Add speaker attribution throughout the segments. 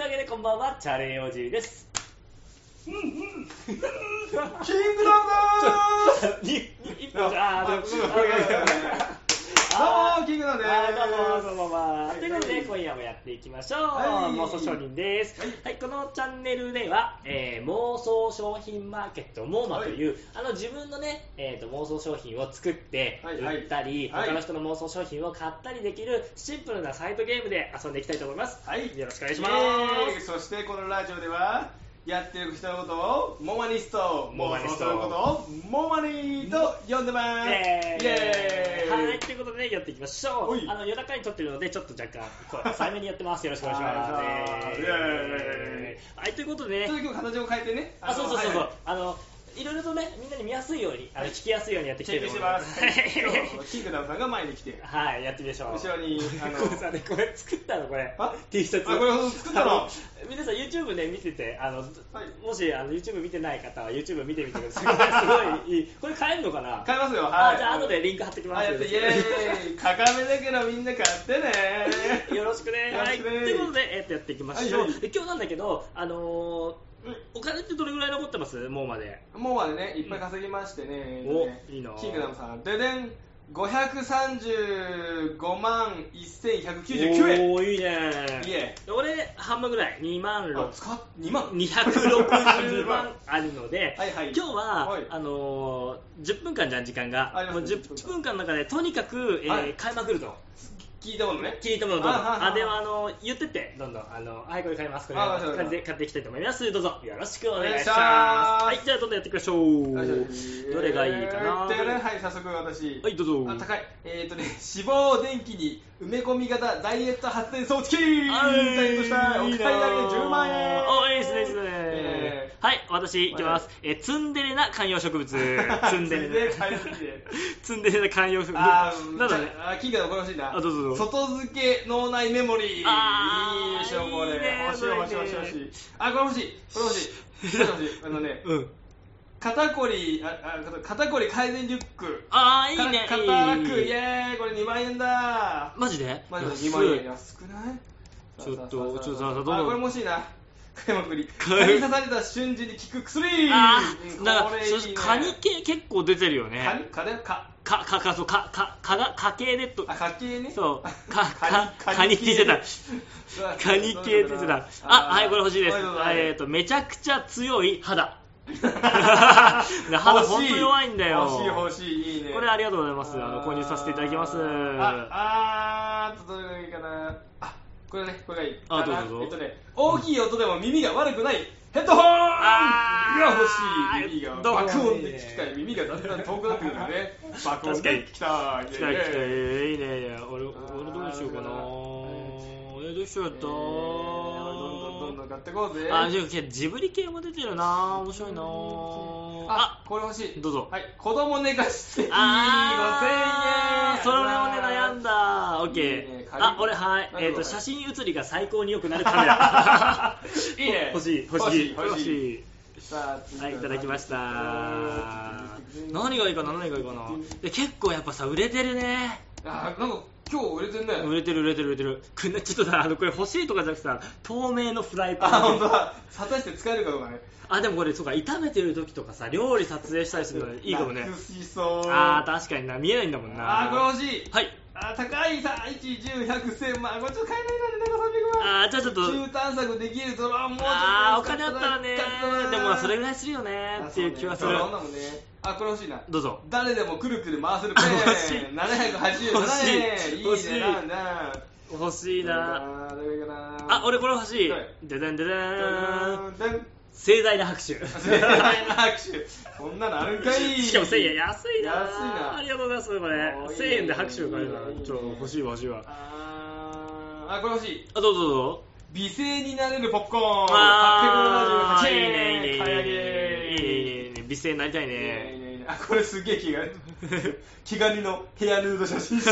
Speaker 1: わけでこんばんは、チャレンおじいです。
Speaker 2: キングダムです
Speaker 1: に、に、一本じゃ、あー、
Speaker 2: ちょっといやいやいやどうもキングダムです
Speaker 1: あーどうも、どうも、まあ、
Speaker 2: はい
Speaker 1: ということで、今夜もやっていきましょう。
Speaker 2: はい
Speaker 1: 妄想商人です。はい、このチャンネルでは、えー妄想商品マーケット、モーマという、あの、自分のね、えーと、妄想商品を作って、
Speaker 2: はいはい
Speaker 1: 売ったり、
Speaker 2: はい
Speaker 1: 他の人の妄想商品を買ったりできる、シンプルなサイトゲームで遊んでいきたいと思います。
Speaker 2: はい
Speaker 1: よろしくお願いしま
Speaker 2: イエーイ
Speaker 1: す。
Speaker 2: そしてこのラジオではやってる人のことをモマニスト
Speaker 1: モマニスト
Speaker 2: 妄想することをモマニーと呼んでます
Speaker 1: イエーイはい、
Speaker 2: エ
Speaker 1: ということでね、やっていきましょ
Speaker 2: お
Speaker 1: う
Speaker 2: い。
Speaker 1: あの夜中に撮ってるので、ちょっと若干声抑えめにやってます。よろしくお願いしま
Speaker 2: はい
Speaker 1: す。
Speaker 2: イエー
Speaker 1: イはい、ということで
Speaker 2: ちょっ
Speaker 1: ね、
Speaker 2: と今日形を変えてね
Speaker 1: あ、そうそうそう
Speaker 2: は
Speaker 1: そ、
Speaker 2: いう
Speaker 1: あの。いろいろとね、みんなに見やすいように、あの聞きやすいようにやっていきた
Speaker 2: 研
Speaker 1: いと思
Speaker 2: 究して
Speaker 1: い
Speaker 2: ま
Speaker 1: ますす。
Speaker 2: 今日キングダムさんが前に来 て
Speaker 1: はい、やってみましょう。
Speaker 2: 後ろにあの
Speaker 1: これさね、これ作ったのこれ
Speaker 2: あ。
Speaker 1: T シャツ。
Speaker 2: あこれ作ったの
Speaker 1: あ皆さん YouTube ね見てて、あの、
Speaker 2: い
Speaker 1: もしあの YouTube 見てない方は YouTube 見てみてください。すごい いい。これ買えるのかな。
Speaker 2: 買いますよは
Speaker 1: あ、
Speaker 2: い
Speaker 1: じゃあ後でリンク貼ってきま
Speaker 2: は
Speaker 1: す。
Speaker 2: いやってイエーイかかめだけどみんな買ってね
Speaker 1: よろしくね。
Speaker 2: よろ
Speaker 1: は
Speaker 2: し
Speaker 1: い。
Speaker 2: く
Speaker 1: と
Speaker 2: ね
Speaker 1: いうことで、えっと、やっていきましょう。
Speaker 2: はいはい
Speaker 1: で今日なんだけど、あのー
Speaker 2: うん
Speaker 1: お金ってどれぐらい残ってますもうまで。
Speaker 2: もうまでね、いっぱい稼ぎましてね、
Speaker 1: お
Speaker 2: ね
Speaker 1: いいなぁ
Speaker 2: キングダムさん、ででん、535万1199円。
Speaker 1: おー、いいね。
Speaker 2: いえ
Speaker 1: で俺、半分ぐらい。2万
Speaker 2: あ
Speaker 1: 6、
Speaker 2: 使っ2万
Speaker 1: 260万あるので、
Speaker 2: はいはい
Speaker 1: 今日は、
Speaker 2: はい
Speaker 1: あのー、10分間じゃん、時間が
Speaker 2: あり。ます
Speaker 1: もう10分間の中で、とにかく、えー
Speaker 2: はい
Speaker 1: 買いまくると。
Speaker 2: 聞いたものね
Speaker 1: 聞いたものどうぞ。
Speaker 2: あはいはい
Speaker 1: あ、では、あのー、言ってって、どんどん。あの、はい、これ買います、これ買います
Speaker 2: あはいはいはい
Speaker 1: 感じで買っていきたいと思います。どうぞ、よろしくお願いします。
Speaker 2: お願
Speaker 1: はい
Speaker 2: します
Speaker 1: い、じゃあ、どんどんやっていきましょう。どれがいいかな。
Speaker 2: えーでねはい早速私
Speaker 1: はいどうぞ
Speaker 2: あ高いえっ、ー、とね脂肪を電気に埋め込み型ダイエット発電装置機ダイエットしたお
Speaker 1: い
Speaker 2: 二
Speaker 1: い
Speaker 2: 人
Speaker 1: な
Speaker 2: だけ10万円
Speaker 1: おいいですねいいですね
Speaker 2: え
Speaker 1: はい私いきます、えツンデレな観葉植 物ツンデレ
Speaker 2: ツンデレ観葉植物
Speaker 1: ツンデレな観葉植物
Speaker 2: あ
Speaker 1: な
Speaker 2: ー
Speaker 1: んだね
Speaker 2: あー金魚のこれ欲しいな
Speaker 1: あどうぞどうぞ
Speaker 2: 外付け脳内メモリー
Speaker 1: あー
Speaker 2: いいでしょこれ
Speaker 1: いいね
Speaker 2: 欲しい欲しい欲しい欲しいあこれ欲しいこれ欲しいこれ欲しいあのね
Speaker 1: うん
Speaker 2: 肩こりああ肩こり改善リュック
Speaker 1: ああいいね
Speaker 2: か肩ラックイエーイこれ2万円だ
Speaker 1: マジで
Speaker 2: まあでも
Speaker 1: 安い
Speaker 2: 2万円安くない
Speaker 1: ちょっと
Speaker 2: さあ
Speaker 1: ちょっと
Speaker 2: さあさあ
Speaker 1: さあどう
Speaker 2: あ
Speaker 1: ぞ
Speaker 2: これも欲しいな買いまくり
Speaker 1: 買い
Speaker 2: 蚊に刺された瞬時に効く薬
Speaker 1: あ
Speaker 2: う
Speaker 1: あ
Speaker 2: ん
Speaker 1: だ
Speaker 2: こ
Speaker 1: から
Speaker 2: れいい
Speaker 1: そ
Speaker 2: ね
Speaker 1: してカニ系結構出てるよ
Speaker 2: 蚊に
Speaker 1: ね
Speaker 2: 蚊だよ蚊
Speaker 1: かかかそうかかかがか系でと
Speaker 2: あ蚊系ね
Speaker 1: そう かかカニって言ってたカニ系って言ってたあはいこれ欲しいですあえっとめちゃくちゃ強い 肌肌本当弱いんだよ
Speaker 2: 欲しい欲しいいいね
Speaker 1: これありがとうございますあの購入させていただきます
Speaker 2: ああーっとどれがいいかなあこれねこれがいい
Speaker 1: あ
Speaker 2: かな
Speaker 1: どうぞどうぞ
Speaker 2: えっとね大きい音でも耳が悪くないヘッドホン
Speaker 1: あー
Speaker 2: が欲しい耳が
Speaker 1: どうも
Speaker 2: 爆音で聞きたい耳がだんだん遠くな ってくるよね爆音
Speaker 1: 確かに
Speaker 2: で聞きたい
Speaker 1: 来た来た
Speaker 2: イエイ
Speaker 1: いいねいいね俺俺どうしようかな
Speaker 2: あ
Speaker 1: えどうしようやっ
Speaker 2: えー
Speaker 1: た
Speaker 2: どんどんどんどん買ってこうぜ
Speaker 1: あじゃあジブリ系も出てるな面白いな
Speaker 2: あこれ欲しい
Speaker 1: どうぞ
Speaker 2: はい子供寝かしていい5000円
Speaker 1: あーそれをね悩んだオッケ
Speaker 2: いいね
Speaker 1: ー
Speaker 2: 軽い
Speaker 1: あ俺はい
Speaker 2: なんだ
Speaker 1: えっ
Speaker 2: こ
Speaker 1: と
Speaker 2: れ
Speaker 1: 写真写りが最高に良くなるカメラ
Speaker 2: いいね
Speaker 1: 欲しい欲しい
Speaker 2: 欲しい
Speaker 1: い
Speaker 2: さあ次
Speaker 1: はいいただきました
Speaker 2: あ
Speaker 1: 何がいいかな何がいいかなで結構やっぱさ売れてるね
Speaker 2: ーなんか今日売れてんね
Speaker 1: 売れてる売れてる売れてるくんなちょっとさあのこれ欲しいとかじゃなくてさ透明のフライパン
Speaker 2: あ本当だ果たして使えるかどうかね
Speaker 1: あでもこれそうか炒めてる時とかさ料理撮影したりするのいいかもね
Speaker 2: 楽しそう
Speaker 1: あー確かにな見えないんだもんな
Speaker 2: あーこれ欲しい
Speaker 1: はい
Speaker 2: あー高いさ1101000万これちょっと買えないな
Speaker 1: あーじゃあちょっと
Speaker 2: 700万中探索できるドローンもうちょっと
Speaker 1: あーお金あったらね
Speaker 2: 使ったな
Speaker 1: でもまあそれぐらいするよねっていう気はする
Speaker 2: あそうねドローンだもんねあこれ欲しいな
Speaker 1: どうぞ
Speaker 2: 誰でもくるくる回せるペ
Speaker 1: あ欲しい
Speaker 2: ン787円いい
Speaker 1: 欲しい
Speaker 2: ねなんだ
Speaker 1: 欲しいな
Speaker 2: どれかなどれかな
Speaker 1: あ俺これ欲しい
Speaker 2: はい
Speaker 1: ででんでで
Speaker 2: ド
Speaker 1: ー
Speaker 2: ロ
Speaker 1: ん
Speaker 2: ーンでん
Speaker 1: 盛大な拍手
Speaker 2: 盛大な拍手そんなのあるんかい
Speaker 1: しかも1000円安いな
Speaker 2: 安いな
Speaker 1: ありがとうございますこれ
Speaker 2: おーいいね
Speaker 1: 1000円で拍手を買えるない
Speaker 2: いね
Speaker 1: ちょ欲しい欲しいわ
Speaker 2: あーあこれ欲しい
Speaker 1: あどうぞどうぞ
Speaker 2: 美声になれるポップコーン
Speaker 1: あ
Speaker 2: 878
Speaker 1: ーいい
Speaker 2: 円
Speaker 1: ねいいねいい
Speaker 2: 買い上
Speaker 1: ねいいねいいね
Speaker 2: げ
Speaker 1: いいね美声になりたい
Speaker 2: いいね
Speaker 1: ね
Speaker 2: いいねいいねあこれすげえ毛ガニ毛ガニのヘアヌード写真集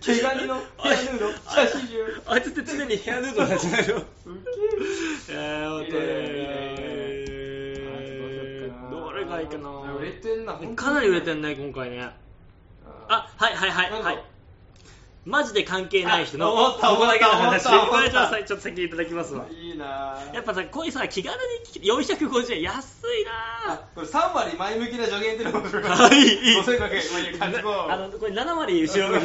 Speaker 2: 毛ガニのヘアヌード写真集
Speaker 1: あいつって常にヘアヌードなんじゃないの
Speaker 2: す
Speaker 1: えー本当
Speaker 2: いいねげえ
Speaker 1: ねどれがいいかな
Speaker 2: 売れてんな本当に
Speaker 1: かなり売れてんね今回ね
Speaker 2: あ
Speaker 1: あはいはいはい
Speaker 2: なんだ
Speaker 1: はいマジで関係ない人の
Speaker 2: あ思った思
Speaker 1: ここ
Speaker 2: った
Speaker 1: だけの話
Speaker 2: 思った
Speaker 1: これちょっ
Speaker 2: 思っ
Speaker 1: とちょっと先にいただきますわ
Speaker 2: いいなぁ
Speaker 1: やっぱさこういうさ気軽に450円安いなぁ
Speaker 2: あこれ3割前向きな助言っていうのも
Speaker 1: はいいい
Speaker 2: そういうわけまあいい感じも
Speaker 1: あのこれ7割後ろ向き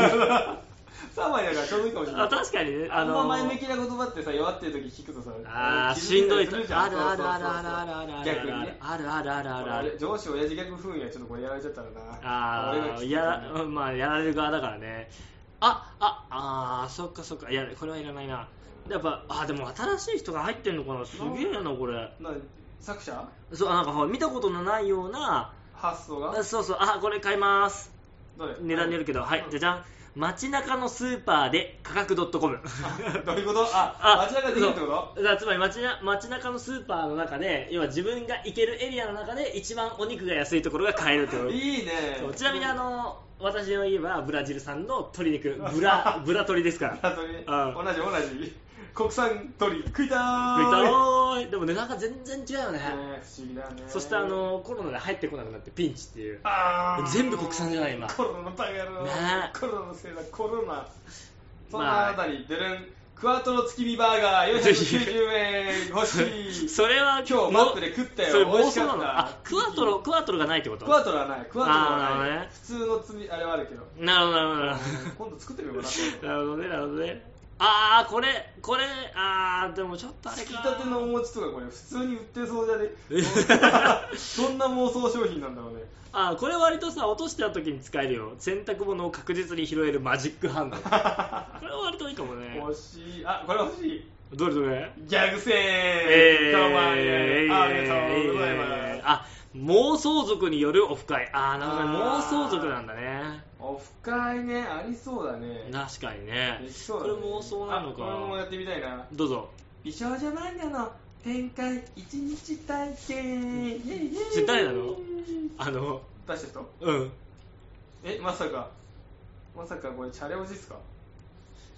Speaker 2: 3割だからちょうどいいかもしれない
Speaker 1: あ確かにね
Speaker 2: あ
Speaker 1: あ
Speaker 2: ん
Speaker 1: の
Speaker 2: ま前向きな言葉ってさ弱ってる時聞くとさ
Speaker 1: あー
Speaker 2: 傷
Speaker 1: しんどい
Speaker 2: つ
Speaker 1: と
Speaker 2: たりすじゃん
Speaker 1: あるあるあるあるあるあるある
Speaker 2: そうそうそう逆にね
Speaker 1: あるあるあるあるある
Speaker 2: 上司親父ギャグ風にはちょっとこれやられちゃったらな
Speaker 1: あ
Speaker 2: 俺が
Speaker 1: あ
Speaker 2: 聞いて
Speaker 1: や
Speaker 2: た
Speaker 1: ら
Speaker 2: ね
Speaker 1: うんまあやられる側だからねあああーそっかそっかいやこれはいらないなやっぱあでも新しい人が入ってんのかなすげえなこれ
Speaker 2: な作者
Speaker 1: そうあなんかほら見たことのないような
Speaker 2: 発想が
Speaker 1: あそうそうあこれ買います
Speaker 2: どれ
Speaker 1: 値段によるけどはいじゃじゃん街中のスーパーで価格 .com
Speaker 2: あ どういうことあ街中できるってこと
Speaker 1: そうだからつまり街な街中のスーパーの中で要は自分が行けるエリアの中で一番お肉が安いところが買えるってこと
Speaker 2: いいね
Speaker 1: そうちなみにあの私の家はブラジル産の鶏肉ブ ラブラ鶏ですから
Speaker 2: あとね
Speaker 1: うん
Speaker 2: 同じ同じ国産鳥食いたーい
Speaker 1: 食いたーいでも値段が全然違うよね
Speaker 2: ね不思議だね
Speaker 1: そしてあのコロナで入ってこなくなってピンチっていう
Speaker 2: あー
Speaker 1: 全部国産じゃない今
Speaker 2: コロナのバカ野郎、
Speaker 1: ね
Speaker 2: コロナのせいだコロナそん
Speaker 1: まあ
Speaker 2: なあたりでるんクワトロ月見バーガー490円 欲しい
Speaker 1: それは
Speaker 2: 今日マックで食ったよ
Speaker 1: それ
Speaker 2: 美
Speaker 1: 妄
Speaker 2: 味し
Speaker 1: 想
Speaker 2: か
Speaker 1: な
Speaker 2: っ
Speaker 1: の
Speaker 2: た
Speaker 1: あクワトロクワトロがないってこと
Speaker 2: クワトロはないクワトロは
Speaker 1: あーなる
Speaker 2: な
Speaker 1: ほ
Speaker 2: い、
Speaker 1: どね
Speaker 2: 普通の積みあれはあるけど
Speaker 1: なるほどなるほどなるほど
Speaker 2: 今度作ってみ ようかな今度
Speaker 1: なるほどね、なるほどね。ああ、これ、これ、ああ、でもちょっとあれ
Speaker 2: つ
Speaker 1: か。
Speaker 2: きたてのお餅とかこれ普通に売ってそうじ ゃねどんな妄想商品なんだろうね
Speaker 1: あーこれ割とさ、落としてた時に使えるよ。洗濯物を確実に拾えるマジックハ ンド。これは割といいかもね。
Speaker 2: 欲しいあこれ欲しい
Speaker 1: どれどれ
Speaker 2: ギャグセー
Speaker 1: え
Speaker 2: どうもありがとうございます
Speaker 1: えーあ、妄想族によるオフ会。ああ、なるほどね。
Speaker 2: あ
Speaker 1: 妄
Speaker 2: ー
Speaker 1: 想族なんだね。
Speaker 2: オフ会ねありそうだね
Speaker 1: 確かにね
Speaker 2: でき。そう
Speaker 1: こ
Speaker 2: だ
Speaker 1: れ
Speaker 2: ね
Speaker 1: 妄想なのか
Speaker 2: あこれもやってみたいな
Speaker 1: どうぞ。
Speaker 2: 美少女漫画の展開一日体験イェイイェイ
Speaker 1: それ誰なのあの、
Speaker 2: 出した人
Speaker 1: うん。
Speaker 2: えまさかまさかこれチャレオジっすか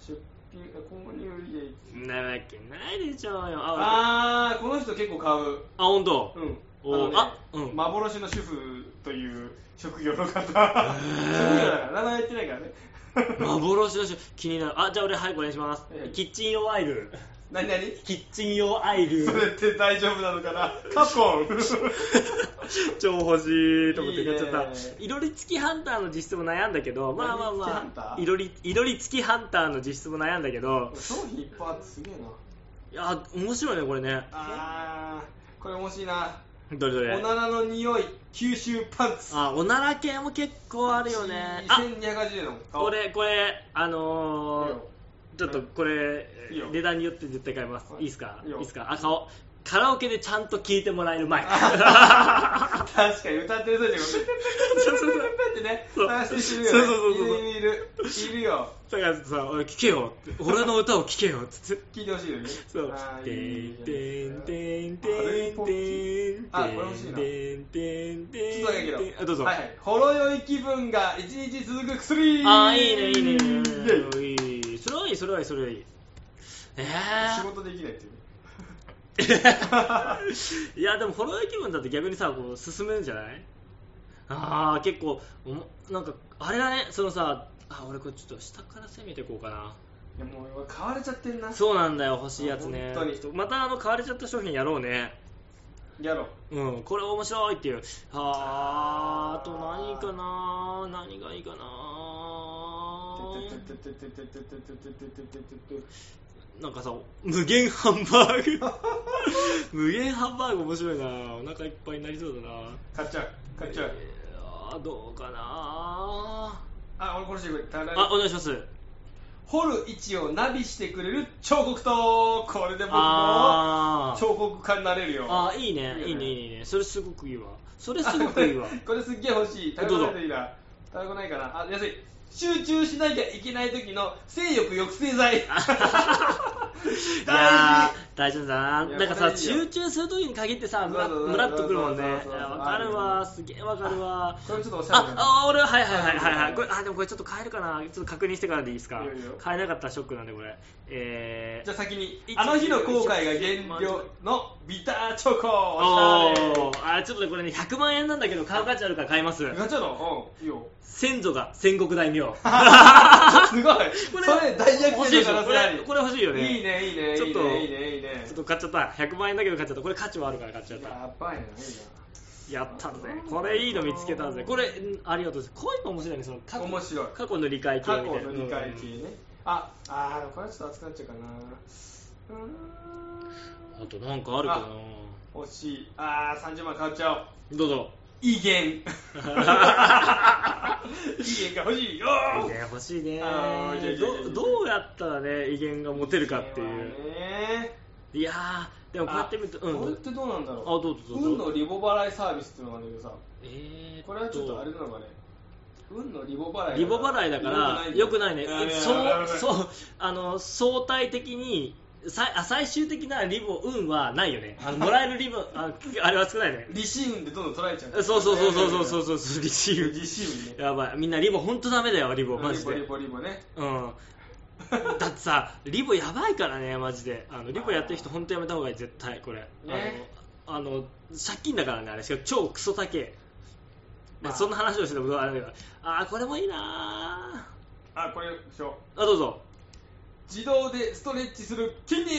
Speaker 2: 出品え購入利益
Speaker 1: なわけないでしょうよ。あ、
Speaker 2: あーこの人結構買う
Speaker 1: あほんと。
Speaker 2: うん
Speaker 1: おー
Speaker 2: あ
Speaker 1: あう
Speaker 2: のね
Speaker 1: ん
Speaker 2: 幻の主婦という職業の方職業だから名前言ってないからね
Speaker 1: 幻の人気になるあじゃあ俺はいこれにします、
Speaker 2: ええ
Speaker 1: キッチン用アイル
Speaker 2: 何何
Speaker 1: キッチン用アイル
Speaker 2: それって大丈夫なのかなカコン
Speaker 1: 超欲しいと思って
Speaker 2: いい
Speaker 1: 買っ
Speaker 2: ね
Speaker 1: ちゃったいろり付きハンターの実質も悩んだけどまあまあ
Speaker 2: いろり
Speaker 1: まあいろり
Speaker 2: 付きハンター
Speaker 1: いろり付きハンターの実質も悩んだけど
Speaker 2: 商品いっぱいあってすげえない
Speaker 1: や面白いねこれね
Speaker 2: あーこれ面白いな
Speaker 1: どれど
Speaker 2: お
Speaker 1: れ
Speaker 2: ならの匂い吸収パンツ
Speaker 1: あおなら系も結構あるよねあ
Speaker 2: 1280円の顔
Speaker 1: これこれあのー
Speaker 2: いいよ
Speaker 1: ちょっとこれ
Speaker 2: いいよ
Speaker 1: 値段によって絶対買います
Speaker 2: はい
Speaker 1: いいっすか
Speaker 2: いいよ
Speaker 1: いいっすかあ顔カラオケでちゃんと聴いてもらえる マイク
Speaker 2: 確かに歌ってる最中が
Speaker 1: そうそうそう
Speaker 2: ペンペンペンペンペンってね
Speaker 1: そう
Speaker 2: 探してしてるよ
Speaker 1: そ
Speaker 2: ね
Speaker 1: うそうそうそう
Speaker 2: いるいるいるいるよ
Speaker 1: だからさ、俺聞けよって、俺の歌を聞けよっつって。
Speaker 2: 聞いてほしいよね
Speaker 1: そう
Speaker 2: あ。
Speaker 1: て
Speaker 2: ーいい
Speaker 1: んてん
Speaker 2: ね
Speaker 1: てんてんてんてんてんてんてんてんてん。
Speaker 2: あこれ欲しいなちょっとだけやけど
Speaker 1: あ、どうぞ。
Speaker 2: はいはいほろ酔い気分が一日続く薬
Speaker 1: あ、いいね、いいね。
Speaker 2: イエイ
Speaker 1: いい。それはいい、それはいい、それはいい。え
Speaker 2: 仕事できないっていうね
Speaker 1: ー、いやでもほろ酔い気分だって逆にさこう進めるんじゃないああ結構おもなんかあれだねそのさあ俺これちょっと下から攻めていこうかない
Speaker 2: やもう買われちゃってんな
Speaker 1: そうなんだよ欲しいやつね
Speaker 2: 本当に
Speaker 1: ちょっとまたあの買われちゃった商品やろうね
Speaker 2: やろう
Speaker 1: うん、これ面白いっていう。あー、あと何かな何がいいかななんかさ、無限ハンバ ーグ。無限ハンバーグ面白いなお腹いっぱいになりそうだな
Speaker 2: 買っちゃう買っちゃう
Speaker 1: えーあーどうかな
Speaker 2: あ俺これしてくれただ
Speaker 1: あ、お願いします。
Speaker 2: 掘る位置をナビしてくれる彫刻刀これで僕も
Speaker 1: あー。
Speaker 2: 彫刻家になれるよ
Speaker 1: あーいいね、い
Speaker 2: いい
Speaker 1: い
Speaker 2: よ
Speaker 1: ね、
Speaker 2: ね
Speaker 1: いいね、いいね。それすごくいいわ。それすごくいいわ。
Speaker 2: これすっげえ欲しい
Speaker 1: どう
Speaker 2: 食
Speaker 1: ぞ
Speaker 2: べないといいな食べないかなあ安い集中し なきゃいけない時の性欲抑制剤
Speaker 1: いやー大丈夫だな。
Speaker 2: いや
Speaker 1: なんか
Speaker 2: こ
Speaker 1: さ、
Speaker 2: れいいよ
Speaker 1: 集中するときに限ってさ、ムラ
Speaker 2: そうそうそう
Speaker 1: ムラっとくるもんね。い
Speaker 2: そう
Speaker 1: や
Speaker 2: そうそう
Speaker 1: わかるわ、すげえわかるわ。
Speaker 2: これちょっとおしゃれだな
Speaker 1: あ、あ、俺、はいはいはいはい、はい
Speaker 2: あ
Speaker 1: これ、あ、でもこれちょっと変えるかな。ちょっと確認してからでいいですか
Speaker 2: いいよいいよ。
Speaker 1: 変えなかったらショックなんで、これ。え
Speaker 2: じゃ
Speaker 1: ー
Speaker 2: あ。先に
Speaker 1: 一
Speaker 2: あの日の後悔が原料のビターチョコおしゃれ
Speaker 1: おーあちょっとねこれね100万円なんだけど買う価値あるから買います
Speaker 2: ガチャのうんいいよ
Speaker 1: 先祖が戦国 大名こ
Speaker 2: すごいそれ大逆
Speaker 1: 欲しいで
Speaker 2: 転
Speaker 1: し
Speaker 2: の可
Speaker 1: ょ
Speaker 2: 能
Speaker 1: こ
Speaker 2: 性あ
Speaker 1: れ
Speaker 2: り
Speaker 1: これ欲しいよね
Speaker 2: いいねいいね
Speaker 1: ちょ
Speaker 2: い
Speaker 1: っ
Speaker 2: い
Speaker 1: と
Speaker 2: ねいいねいいね
Speaker 1: ちょっと買っちゃった100万円だけど買っちゃったこれ価値はあるから買っちゃった
Speaker 2: やばいなね
Speaker 1: やったぜこれいいの見つけたぜこれんありがとうございますこういうの面白いねその過去
Speaker 2: 面白い
Speaker 1: 過去の理解系
Speaker 2: 過去
Speaker 1: みたいな
Speaker 2: の理解系
Speaker 1: うん
Speaker 2: ねああーでもこれちょっと熱くなっちゃうかなう
Speaker 1: あとなんかあるかな
Speaker 2: あーん惜しいあー30万買っちゃおう
Speaker 1: どうぞ
Speaker 2: 威 厳威厳が欲しいよ
Speaker 1: 威厳欲しいね
Speaker 2: あーいやいやいやいや
Speaker 1: どどうやったらね威厳が持てるかっていう
Speaker 2: 威厳はね
Speaker 1: いやーでもこうやって見ると
Speaker 2: あこ
Speaker 1: う
Speaker 2: れっ
Speaker 1: ん
Speaker 2: てどうなんだろう
Speaker 1: あどうぞどうぞ
Speaker 2: 運のリボ払いサービスっていうのがあるんだけどさ
Speaker 1: えー
Speaker 2: これはちょっとあれなのかね運のリボ払いが
Speaker 1: リボ払いだからよくないね
Speaker 2: ややや
Speaker 1: そう
Speaker 2: や
Speaker 1: そうあの相対的にさあ最終的なリボ運はないよねあのもらえるリボああれは少ないね
Speaker 2: 利子運でどんどん捉えちゃ
Speaker 1: そう
Speaker 2: う
Speaker 1: そうそうそうそうそううそうそうリシー
Speaker 2: 利子運ね
Speaker 1: やばいみんなリボ本当ダメだよリボマジで
Speaker 2: リボリボリボね
Speaker 1: うんだってさリボやばいからねマジであのリボやってる人本当やめた方がいい絶対これ、
Speaker 2: ね
Speaker 1: あのあの借金だからねあれしかも超クソ高え、
Speaker 2: まあ
Speaker 1: そんな話をしてもあれだけどあーこれもいいな
Speaker 2: あこれでしょ
Speaker 1: ーあどうぞ
Speaker 2: 自動でストレッチする筋肉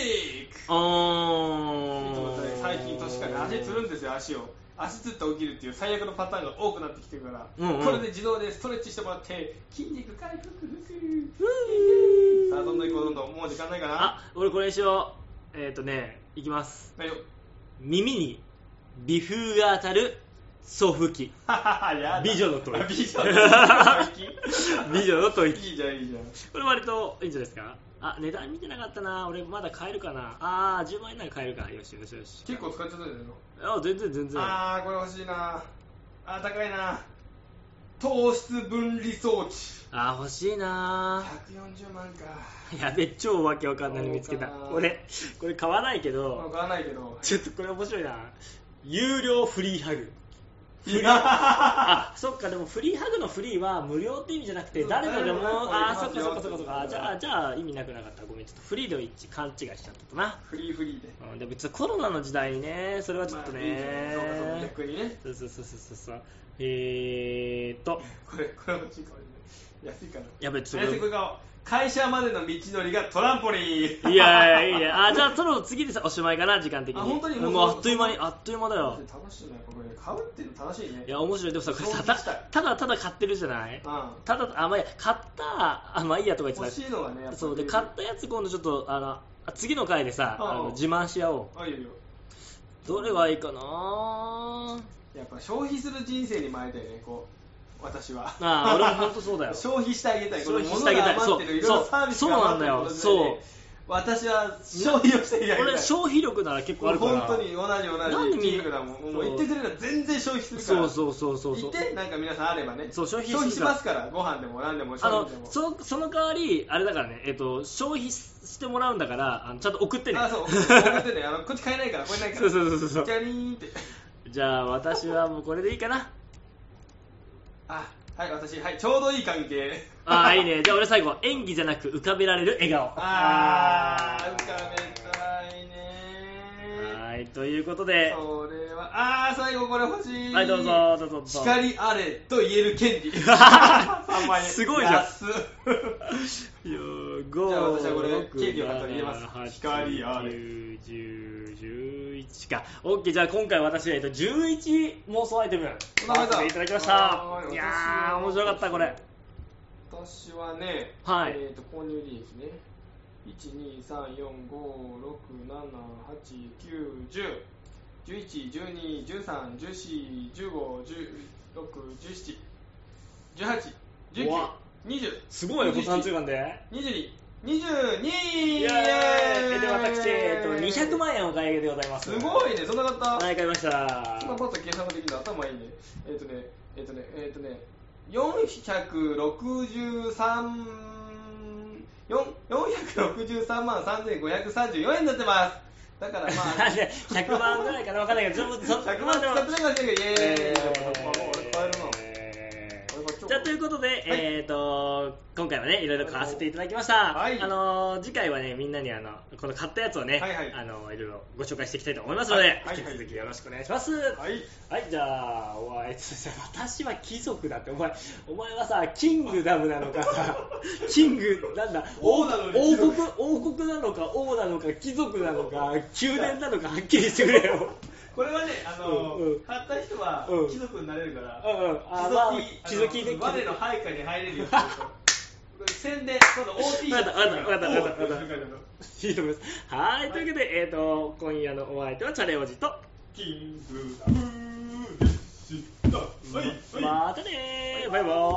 Speaker 1: あー
Speaker 2: 最近確かに足つるんですよ足を足つって起きるっていう最悪のパターンが多くなってきてるから、
Speaker 1: うんうん
Speaker 2: これで自動でストレッチしてもらって筋肉回復ですさあどんどん行こうどんどんもう時間ないかな
Speaker 1: あ俺これにしようえっ、ー、とねいきます
Speaker 2: 大丈夫
Speaker 1: 耳に微風が当たる送風機
Speaker 2: やだ
Speaker 1: 美女の吐息
Speaker 2: あ美女の吐
Speaker 1: 美女の吐息
Speaker 2: 息いいじゃんいいじゃん
Speaker 1: これ割といいんじゃないですかあ値段見てなかったな俺まだ買えるかなああ10万円なら買えるかよしよしよし
Speaker 2: 結構使っちゃったじゃないの
Speaker 1: あ全然全然
Speaker 2: ああこれ欲しいなあー高いな糖質分離装置
Speaker 1: あー欲しいな
Speaker 2: 140万か
Speaker 1: ーやべ超わけわかんないの見つけた
Speaker 2: そうかな
Speaker 1: 俺これ買わないけ
Speaker 2: まあ
Speaker 1: ど
Speaker 2: 買わないけど
Speaker 1: ちょっとこれ面白いな有料フリーハグ
Speaker 2: いや
Speaker 1: あそっかでもフリーハグのフリーは無料って意味じゃなくて
Speaker 2: そう
Speaker 1: 誰のでも
Speaker 2: 誰のでも
Speaker 1: ああーそ
Speaker 2: こ
Speaker 1: っ
Speaker 2: れ
Speaker 1: かそっかそっかそっ
Speaker 2: い
Speaker 1: か
Speaker 2: ま
Speaker 1: あ
Speaker 2: す
Speaker 1: じ
Speaker 2: よ
Speaker 1: ゃあじゃあ意味なくなかったごめんちょっとフリーで一致勘違いしちゃったな
Speaker 2: フ リーフリーで
Speaker 1: うんでもちょっとコロナの時代にねそれはちょっとね、
Speaker 2: まあいいじゃんそうかそうか逆にね
Speaker 1: そうそうそうそうそうそうえーっと
Speaker 2: これこれ欲しいかもしれない安いかな
Speaker 1: やべちょっ
Speaker 2: 安
Speaker 1: と
Speaker 2: いこれ買おう会社までの道のりがトランポリン
Speaker 1: いやいやいやあじゃあその次でさおしまいかな時間的に
Speaker 2: あ本当に
Speaker 1: もう
Speaker 2: もう
Speaker 1: あっという間にあっという間だよ
Speaker 2: 楽しいねこれ買うっていうの楽しいね
Speaker 1: いや面白いでもさこれさ
Speaker 2: 消
Speaker 1: た
Speaker 2: 費したい
Speaker 1: ただただ買ってるじゃない
Speaker 2: うん
Speaker 1: ただあまあいいや買ったあまあいいやとか言って
Speaker 2: 欲
Speaker 1: た
Speaker 2: しいのがねやっぱり
Speaker 1: そうで買ったやつ今度ちょっとあのあ次の回でさ
Speaker 2: うん
Speaker 1: あの自慢し合おう
Speaker 2: あいいよいいよ
Speaker 1: どれがいいか な
Speaker 2: やっぱ消費する人生に参りたいねこう私は
Speaker 1: あー俺も本当そうだよ
Speaker 2: 消費してあげたいこの
Speaker 1: 消費してあげたい
Speaker 2: 物が余ってるい
Speaker 1: そう
Speaker 2: ろいろサービスが余ってることでね
Speaker 1: そうそうなんだよそう
Speaker 2: 私は消費をしてあげたい
Speaker 1: 俺消費力なら結構あるから
Speaker 2: 本当に同じ
Speaker 1: な
Speaker 2: 同
Speaker 1: ん
Speaker 2: じ
Speaker 1: でみん
Speaker 2: 金額だもんもう
Speaker 1: そう
Speaker 2: 言ってくれれば全然消費するから
Speaker 1: そうそうそうそうそう
Speaker 2: 言ってなんか皆さんあればね
Speaker 1: そう消費する
Speaker 2: 消費しますからご飯でも何でも
Speaker 1: あ
Speaker 2: 商
Speaker 1: の
Speaker 2: 品でも
Speaker 1: そその代わり、あれだからね、えっと消費してもらうんだから、あのちゃんと送ってね。
Speaker 2: あそう送ってねあのこっち買えないからこれないか
Speaker 1: そ
Speaker 2: ら
Speaker 1: うそうそうそう
Speaker 2: ジャリーンって
Speaker 1: じゃあ、私はもうこれでいいかな。
Speaker 2: あはい私はいちょうどいい関係
Speaker 1: ああ、いいね。じゃあ、俺最後、演技じゃなく浮かべられる笑顔。
Speaker 2: あー浮
Speaker 1: あ
Speaker 2: かべたいね
Speaker 1: ーはーい、ということで、
Speaker 2: それはああ最後これ欲しい
Speaker 1: はい、どうぞ、どうぞ、どうぞ。
Speaker 2: 光あれと言える権 利三万円
Speaker 1: すごいじゃん
Speaker 2: 安
Speaker 1: いやー
Speaker 2: じゃあ私はこれ
Speaker 1: 5、6、
Speaker 2: ケーキを買ってあげます
Speaker 1: 7、
Speaker 2: 光あ
Speaker 1: 8、
Speaker 2: れ
Speaker 1: 9、10、11か。オッケー、じゃあ今回私は、えっと、11妄想アイテム、
Speaker 2: お腹痛い
Speaker 1: ていただきまし
Speaker 2: は
Speaker 1: た
Speaker 2: ー。い
Speaker 1: いやー、面白かった、これ。
Speaker 2: 私はね、
Speaker 1: はい
Speaker 2: えー、と購入利益ね
Speaker 1: わすごいね、
Speaker 2: 1234567891011121314151617181920
Speaker 1: この3週間で。
Speaker 2: 22 22
Speaker 1: イエーイで私、えっと、200万円お買い上げでございます。
Speaker 2: すごいねそんなかった、
Speaker 1: はい、買いました
Speaker 2: そ。んなこと計算ができるの頭いいねえっ、とねえっ、とねえっ、とね463 4 463万3534円になってますだからま あ
Speaker 1: 100万ぐらいかな分かんないけど全部そ
Speaker 2: 100万
Speaker 1: でも
Speaker 2: 使ってないからイエーイ
Speaker 1: え
Speaker 2: 俺買えるな
Speaker 1: ーじゃあということで、えー、と今回はねいろいろ買わせていただきました、
Speaker 2: はい
Speaker 1: あのー次回はねみんなにあのこの買ったやつをね、
Speaker 2: はいはい
Speaker 1: あのーいろいろご紹介していきたいと思いますので、
Speaker 2: はいはい
Speaker 1: 引き続きよろしくお願いします、
Speaker 2: はい
Speaker 1: はい、じゃあ、お前、私は貴族だって、お前、お前はさ、キングダムなのかさ、 キング、なんだ、
Speaker 2: 王なのに貴
Speaker 1: 王
Speaker 2: 族
Speaker 1: 国、王国なのか、王なのか、貴族なのか、宮殿なのか、はっきりしてくれよ。
Speaker 2: これはねあの、
Speaker 1: うんうん
Speaker 2: 買った人は
Speaker 1: うん
Speaker 2: 貴族になれるから、
Speaker 1: うんうんあーまあ
Speaker 2: 貴族
Speaker 1: 貴族で
Speaker 2: あの我の配下に入れるよ宣伝今度 OT
Speaker 1: わかったわかったわかったわかった
Speaker 2: 王っていう
Speaker 1: いいと思います。はい、というわけで、えっ、と、今夜のお相手はチャレオジと、
Speaker 2: キングダムでしたはいはい
Speaker 1: またねー、バイバーイ。